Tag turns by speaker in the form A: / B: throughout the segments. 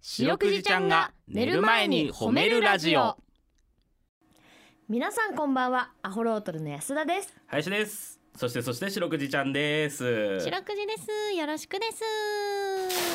A: 白くじちゃんが寝る前に褒めるラジオ
B: 皆さんこんばんはアホロートルの安田です
A: 林ですそしてそして白くじちゃんです
C: 白くじです。よろしくです。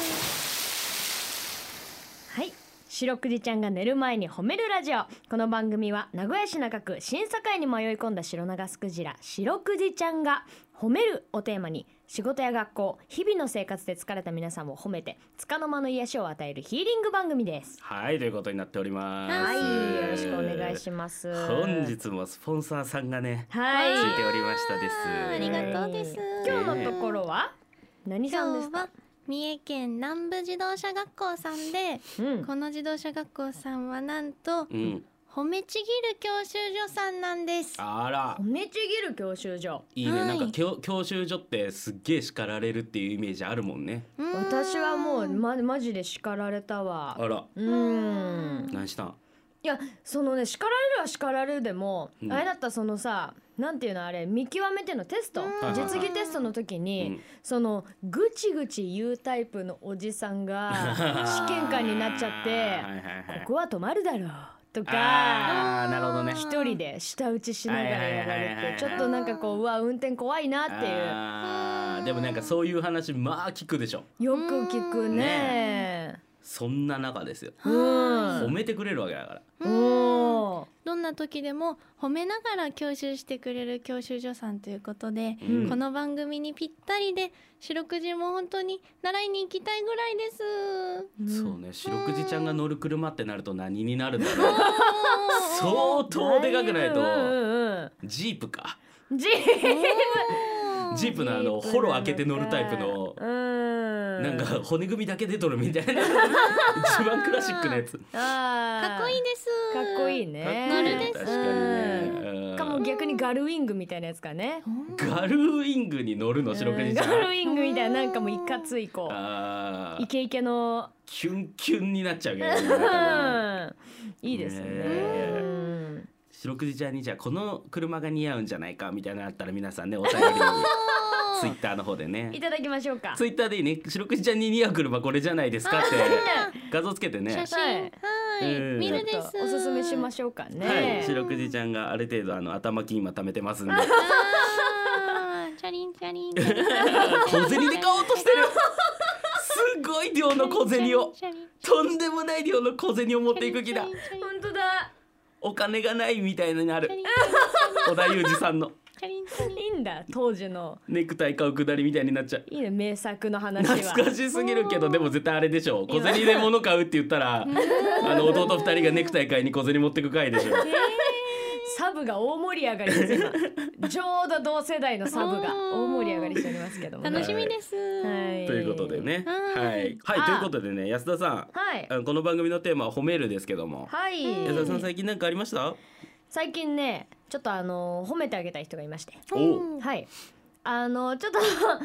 B: はい白くじちゃんが寝る前に褒めるラジオこの番組は名古屋市中区審査会に迷い込んだ白長スクジラ白くじちゃんが褒めるをテーマに仕事や学校日々の生活で疲れた皆さんを褒めて束の間の癒しを与えるヒーリング番組です
A: はいということになっております
B: はいよろしくお願いします
A: 本日もスポンサーさんがね
B: は
A: つ
B: い
A: いておりましたです
C: あーありがとうです。
B: 今日のところは何さんで
C: 今
B: す
C: 日
B: か
C: は三重県南部自動車学校さんで、
B: うん
C: この自動車学校さんはなんと
A: うん
C: 褒めちぎる教習所さんなんです。
A: あら
B: 褒めちぎる教習所
A: いいね、
C: はい
A: なんか教教習所ってすっげえ叱られるっていうイメージあるもんね
C: うーん
B: 私はもうまマジで叱られたわ
A: あら
B: うーん
A: 何したん
B: いやそのね叱られるは叱られるでも、
A: うん
B: あれだったらそのさなんていうのあれ見極めてのテスト
C: うん
B: 実技テストの時に、
A: うん
B: そのぐちぐち言うタイプのおじさんが 試験官になっちゃっ
A: あー はい
B: て
A: はいはい
B: 「ここは止まるだろう」とか
A: あーなるほどね
C: ー
B: 一人で舌打ちしながらやら
A: はいはいはい
B: れ
A: はい
B: てちょっとなんかこううわ運転怖いなっていう
A: あーでもなんかそういう話まあ聞くでしょ
B: よく聞くね。
A: そんな中ですよ
B: うん
A: 褒めてくれるわけだから
C: うーん
B: おー
C: どんな時でも褒めながら教習してくれる教習所さんということで、
A: うん
C: この番組にぴったりで白くじも本当に習いに行きたいぐらいです。
A: そうね白くじちゃんが乗る車ってなると何になるんだろう相当でかくないと
B: うんうんうん
A: ジープか
B: ジ
A: ジープのあのホロ開けて乗るタイプの
B: な
A: なんか骨組みだけ出とるみたいな一番クラシックなやつ
B: か
C: かっこいいです。
B: かっこいい
C: い。
B: ね
A: かっこいいね
C: えー
A: 確かにねうん
B: しかも逆にガルウィングみたいなやつかね
A: ガルウィングに乗るの白くじちゃ
B: ガルウ
A: ん
B: ィングみたいななんかもういかついこう
A: あ
B: イ
A: ー
B: ケイケの
A: キュンキュンになっちゃうけどね
B: うんいいですね
A: ねえ
B: うん
A: 白くじちゃんにじゃあこの車が似合うんじゃないかみたいなのあったら皆さんねお便りにツイッターの方で
B: い
A: ね
B: ただきましょうか
A: ツイッターでいいね白くじちゃんに似合う車これじゃないですかって画像つけてね
C: 写真は
A: う
C: い、
A: ん
C: 見
B: ちょっ
C: るです。
B: とおすすめしましょうか
A: はい
B: ね
A: 白くじちゃんがある程度あの頭金今貯めてますんで
C: あーチャリンチャリン。小
A: 小銭で買おうとしてるすごい量の小銭をとんでもない量の小銭を持っていく気だ
B: 本当だ
A: お金がないみたいになる小田裕二さんの
B: いいんだ当時の
A: ネクタイ買うくだりみたいになっちゃう
B: いいね名作の話は
A: 懐かしすぎるけどでも絶対あれでしょ小銭で物買うって言ったらあの弟二人がネクタイ買いに小銭持ってく回でしょ
B: サブが大盛り上がりです今ちょうど同世代のサブが大盛り上がりしておりますけども、
C: 楽しみです。
B: はい
A: ということでね
C: うん
A: はいはい
B: あ
A: ということでね安田さん
B: はい
A: あのこの番組のテーマは褒めるですけども
B: はい、
A: 安田さん最近何かありました
B: 最近ねちょっとあの褒めてあげたい人がいまして
A: お
C: うん
B: はいあのちょっと昨日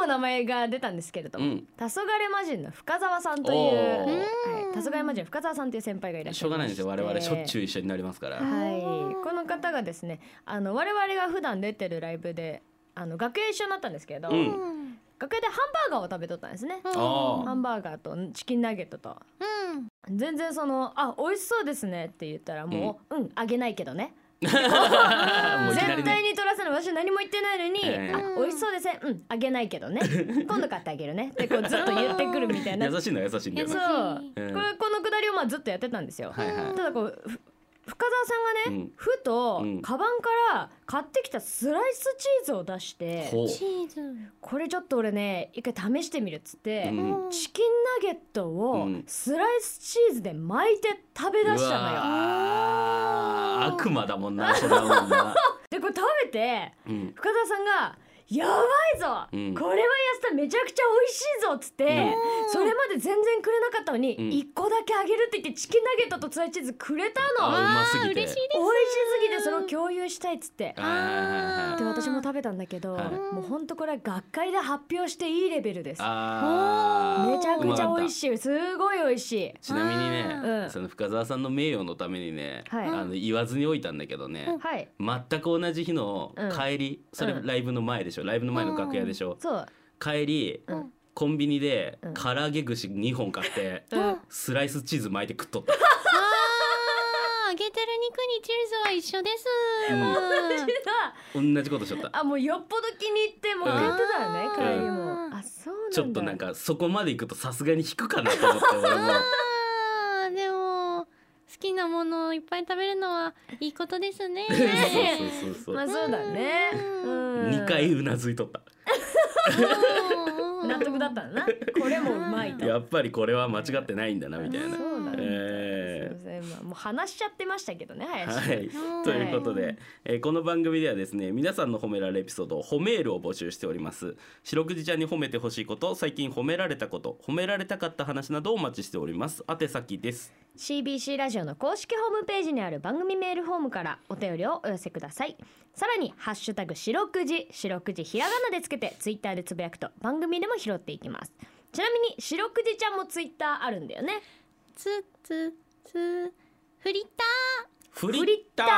B: も名前が出たんですけれども、
A: うん
B: 黄昏魔人の深澤さんという、
A: お
B: は
A: ー
B: い、黄昏魔人の深澤さんという先輩がいらっし
A: し
B: ゃ
A: ょ
B: いう
A: が
B: ま
A: ないん
B: し
A: で
B: て
A: すよ我々しょっちゅう一緒になりますから
B: はい、この方がですねあの我々が普段出てるライブであの楽屋一緒になったんですけど、
A: うん
C: うん
B: 楽屋でハンバーガーを食べとったんですね、
A: あ
B: ハンバーガーとチキンナゲットと
C: うん
B: 全然その「あ美味しそうですね」って言ったらもう「うん、あげないけどね」
A: あ もういきなり
B: 絶対
A: ね
B: に取らせない私何も言ってないのに「
A: ええ
B: あ美味しそうですねうんあげないけどね今度買ってあげるね」ってこうずっと言ってくるみたいな
A: 優しいのは優しいんだよ
B: そう
A: な
B: こ
A: ええ
B: れこのくだりをまあずっとやってたんですよ。
A: はいはい
B: ただこうふ深澤さんがね、
A: うん
B: ふと、
A: うん
B: カバンから買ってきたスライスチーズを出して
A: ほう
C: チーズ。
B: これちょっと俺ね一回試してみるっつって、
A: うん
B: チキンナゲットを
A: うん
B: スライスチーズで巻いて食べ出したの
A: う
B: よ。
A: わー悪魔だもんなそんなもんな
B: でこれ食べて
A: うん
B: 深澤さんが「やばいぞ、
A: うん
B: これは安田めちゃくちゃ美味しいぞ」っつって、それまで全然くれなかったのに、
A: うん
B: 1個だけあげるって言ってチキンナゲットとスライスチーズくれたの
A: あうま
C: あ
A: す
C: ー
A: ぎて
C: 嬉しいです。
B: 美味しすぎてそれを共有したいっつって
A: はいはいはいはい
B: で私も食べたんだけど、
A: はい
B: もうほんとこれは学会で発表していいレベルです
A: あー
B: めちゃくちゃ美味
A: い
B: しいすごい美味しい
A: ちなみに
B: う
A: ね
B: ん
A: その深澤さんの名誉のためにね
B: はい
A: あの言わずにおいたんだけどね
B: はい
A: 全く同じ日の
B: うん
A: 帰りそれ
B: うん
A: ライブの前でしょライブの前の楽屋でしょ
B: そう
A: 帰り
B: うん
A: コンビニで
B: うん
A: 唐揚げ串2本買 って、
B: うん
C: あ
A: スライスチーズ巻いて食っとった
C: あー揚げてる肉にチーズは一緒です、
A: うん
C: もう
A: 同じことしとった
B: あもうよっぽど気に入ってもう買ってたよね、
C: うん
B: 唐揚げ
C: うん
B: もあそうなんだ
A: ちょっとなんかそこまで行くとさすがに引くかなと思って 俺も
C: あー でも好きなものをいっぱい食べるのはいいことです ね
A: そうそうそう
B: ま
A: そう
B: あそうだねうん
A: 2回うなずいとった
B: 納得だったんだなこれもうまいと
A: やっぱりこれは間違ってないんだなみたい
B: そ
A: な
B: うなんだ、
A: えー
B: すいませんまあもう話しちゃってましたけどね林、
A: はいということで、えーこの番組ではですね皆さんの褒められエピソード褒めールを募集しております白くじちゃんに褒めてほしいこと最近褒められたこと褒められたかった話などをお待ちしております宛先です
B: CBC ラジオの公式ホームページにある番組メールフォームからお便りをお寄せくださいさらに「ハッシュタグ白くじ」白くじひらがなでつけてツイッターでつぶやくと番組でも拾っていきますちなみに白くじちゃんもツイッターあるんだよね
C: つつつフリッ
A: フ
B: リ
A: リ
B: ッ
A: ッ
B: タ
A: タ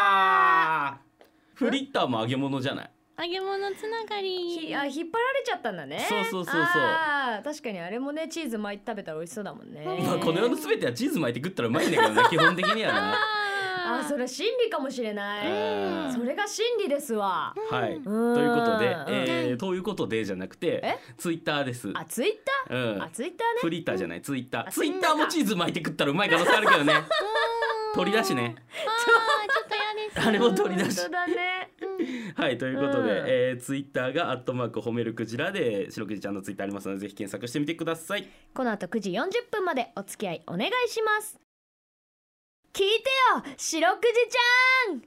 B: ー
A: ーフリッターも揚げ物じゃない
C: ター揚げ物つながり
B: ひあ引っ張られちゃったんだね
A: そうそうそうそう
B: あー確かにあれもねチーズ巻いて食べたら美味しそうだもんね
C: へー
A: まあこの世の全てはチーズ巻いて食ったらうまいんだけど ね基本的にはな
B: あ
C: あ
B: ーそれ真理かもしれない
A: うん
B: それが真理ですわ
A: はい、
C: うん
A: ということで、え
C: う
A: ー、
C: ん
A: ということでじゃなくてツイッターです、
B: あツイッ
A: う
B: ター
A: ん
B: あ、ツイッターね
A: フリッターじゃないツイッタ
B: あ
A: ーツイッタ
B: Twitter
A: ーもチーズ巻いて食ったらうまい可能性あるけどね取り出しね
C: あーちょっと嫌です
A: あれも取り出し
B: 本当 だね
A: はいということで、
B: うん
A: えーツイッターが「アットマーク褒めるクジラ」で白くじちゃんのツイッターありますのでぜひ検索してみてください
B: この後9時40分までお付き合いお願いします聞いてよ白くじちゃん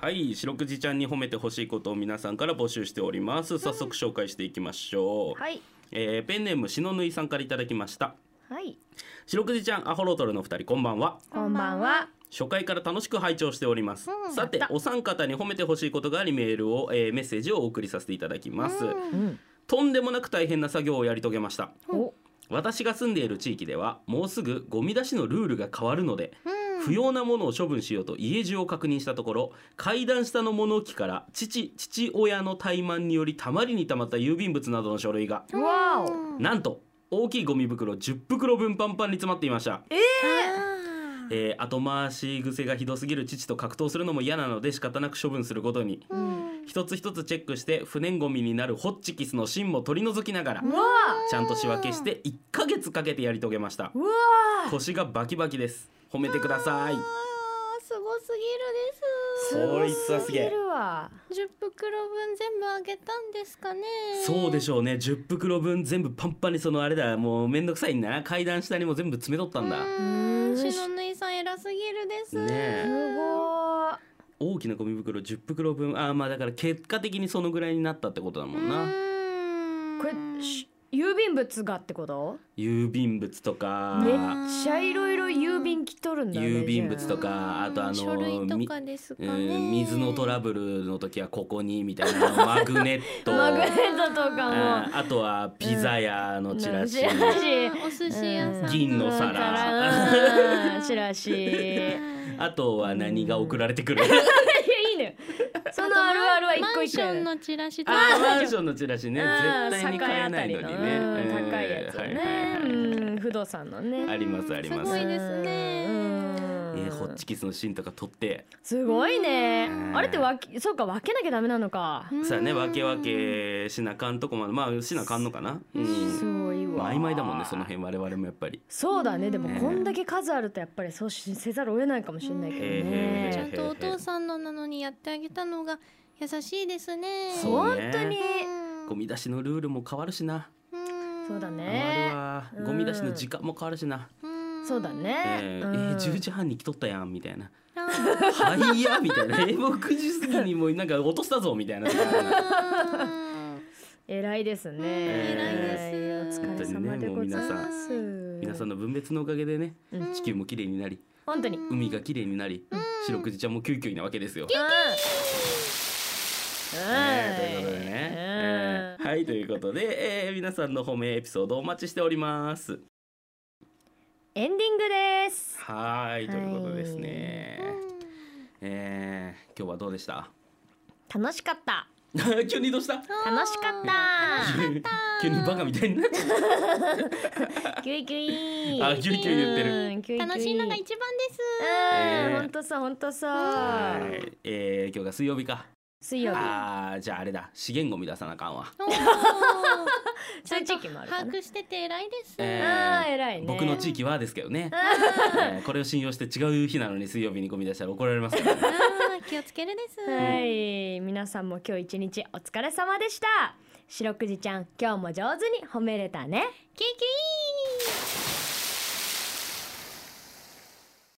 A: はい白くじちゃんに褒めてほしいことを皆さんから募集しております早速紹介していきましょう、
B: はい
A: えーペンネームしのぬいさんからいただきました
B: はい
A: 白くじちゃんアホロトルの2人こんばんは
B: こんばんは
A: 初回から楽しく拝聴しております、
C: うん
A: さて
B: やった
A: お三方に褒めてほしいことがありメールを、えーメッセージをお送りさせていただきます、
C: うん
B: ん
A: とんでもなく大変な作業をやり遂げました
B: お
A: 私が住んでいる地域ではもうすぐゴミ出しのルールが変わるので不要なものを処分しようと家中を確認したところ階段下の物置から父父親の怠慢によりたまりにたまった郵便物などの書類が
B: うわお
C: うん
A: なんと大きいゴミ袋10袋分パンパンに詰まっていました、
C: あー
A: えー後回し癖がひどすぎる父と格闘するのも嫌なので仕方なく処分することに
C: うん
A: 一つ一つチェックして不燃ゴミになるホッチキスの芯も取り除きながら
B: うわ
A: ちゃんと仕分けして1ヶ月かけてやり遂げました
B: うわ
A: 腰がバキバキです褒めてください
C: あーすごすぎ
A: そ
C: る
A: う効率は
B: す
A: す
B: ぎ
A: げえ
B: るわ
C: です10袋分全部あげたんですかね
A: そうで
C: し
A: しょうね10袋分全部パンパンにそのあれだもうめんどくさいんだな階段下にも全部詰めとったんだ
B: うん
C: しのぬいさん偉すぎるです
A: ね
B: す
A: え
B: ごー
A: 大きなゴミ袋10袋分ああまあだから結果的にそのぐらいになったってことだもんな
C: うん
B: これし郵便物がってこと
A: 郵便物とか
B: めっちゃいろいろ郵便来とるんだね
A: 郵便物と
B: じゃ
A: かあとあの
C: 書類と
A: み
C: かですか
A: う
C: ね、
A: ん水のトラブルの時はここにみたいなマグネット
B: マグネットとかも
A: あーあとはピザ屋のチラシ、
B: うんチラシ
C: うんお寿司屋さんとか
A: 銀の
B: だ
A: 皿
B: からうんチラシ
A: あとは何が送られてくる、
B: いやいい のよ。そのあるあるは一個一個
C: マンション
B: やね。
C: のチラシと
A: あ
C: か
A: ーマンションのチラシね
B: うん
A: 絶対に買えないのにね、
B: 栄あたりのうん
A: うん
B: 高いやつを
A: はいはい
B: ね
A: は。い
B: うん不動産のね。
A: ありますあります
C: すごいですね
B: うん
A: えーホッチキスの芯とか取って、
B: すごいね
A: う。ん
B: あれってわけそうか分けなきゃダメなのか。
A: さあね
C: うん
A: 分け分けしなあかんとこまでまあしなあかんのかな、うん
B: すごい
A: ま
B: わ。
A: あ曖昧だもんねその。辺我々もやっぱり
B: そうだね。でも
A: ね
B: こんだけ数あるとやっぱりそうしせざるを得ないかもしれないけど
A: えー
C: ちゃ
A: へ
C: ん
A: ー
B: ね。
C: とお父さんのなのにやってあげたのが優しいですね
A: そう
B: 本当に。
A: ゴミ出しのルールも変わるしな
C: うん
B: そうだ
A: 変わる
B: ね。
A: わ
B: うん
A: ゴミ出しの時間も変わるしな、
C: うん
B: そうだね。
A: え
B: う
A: ー
B: ん
A: えー10時半に来とったやんみたいな
C: あ
A: 「はいや」みたい な「えーもう9時過ぎにもうなんか落としたぞ」みたいな
C: ー
B: 偉いですね。
A: え
C: ー偉いです
B: お疲れ様でございます。
A: 皆さんの分別のおかげでね
B: うん
A: 地球も綺麗になり
B: 本当に。
A: 海が綺麗になり白くじちゃんもキュイキュイなわけですよ。ねということでね、えーはいということで、えー皆さんの褒めエピソードお待ちしております。
B: エンディングです。
A: はーいということですね、
C: うん
A: えー今日はどうでした
B: 楽しかった。
A: 急にどうした
B: 楽しかっ
A: 急に急にバカみたいになっちゃった
B: キュイキュイ
A: たあキュイキュイ言ってる
B: うんキュイキュイ
C: 楽しいのが一番です。
B: うん
A: えー
B: ほんとそうほんとそう
A: はいえー今日が水曜日か
B: 水曜日
A: あーじゃああれだ資源ゴミ出さなあかんわ
C: おー
B: そういう地域もあるか
C: 把
B: な
C: 握してて偉いです。
A: え
B: あー偉いね
A: 僕の地域はですけどね、えーこれを信用して違う日なのに水曜日にゴミ出したら怒られますからね
C: あー気をつけるです。
B: はい皆さんも今日一日お疲れ様でした白くじちゃん今日も上手に褒めれたね
C: キーキー。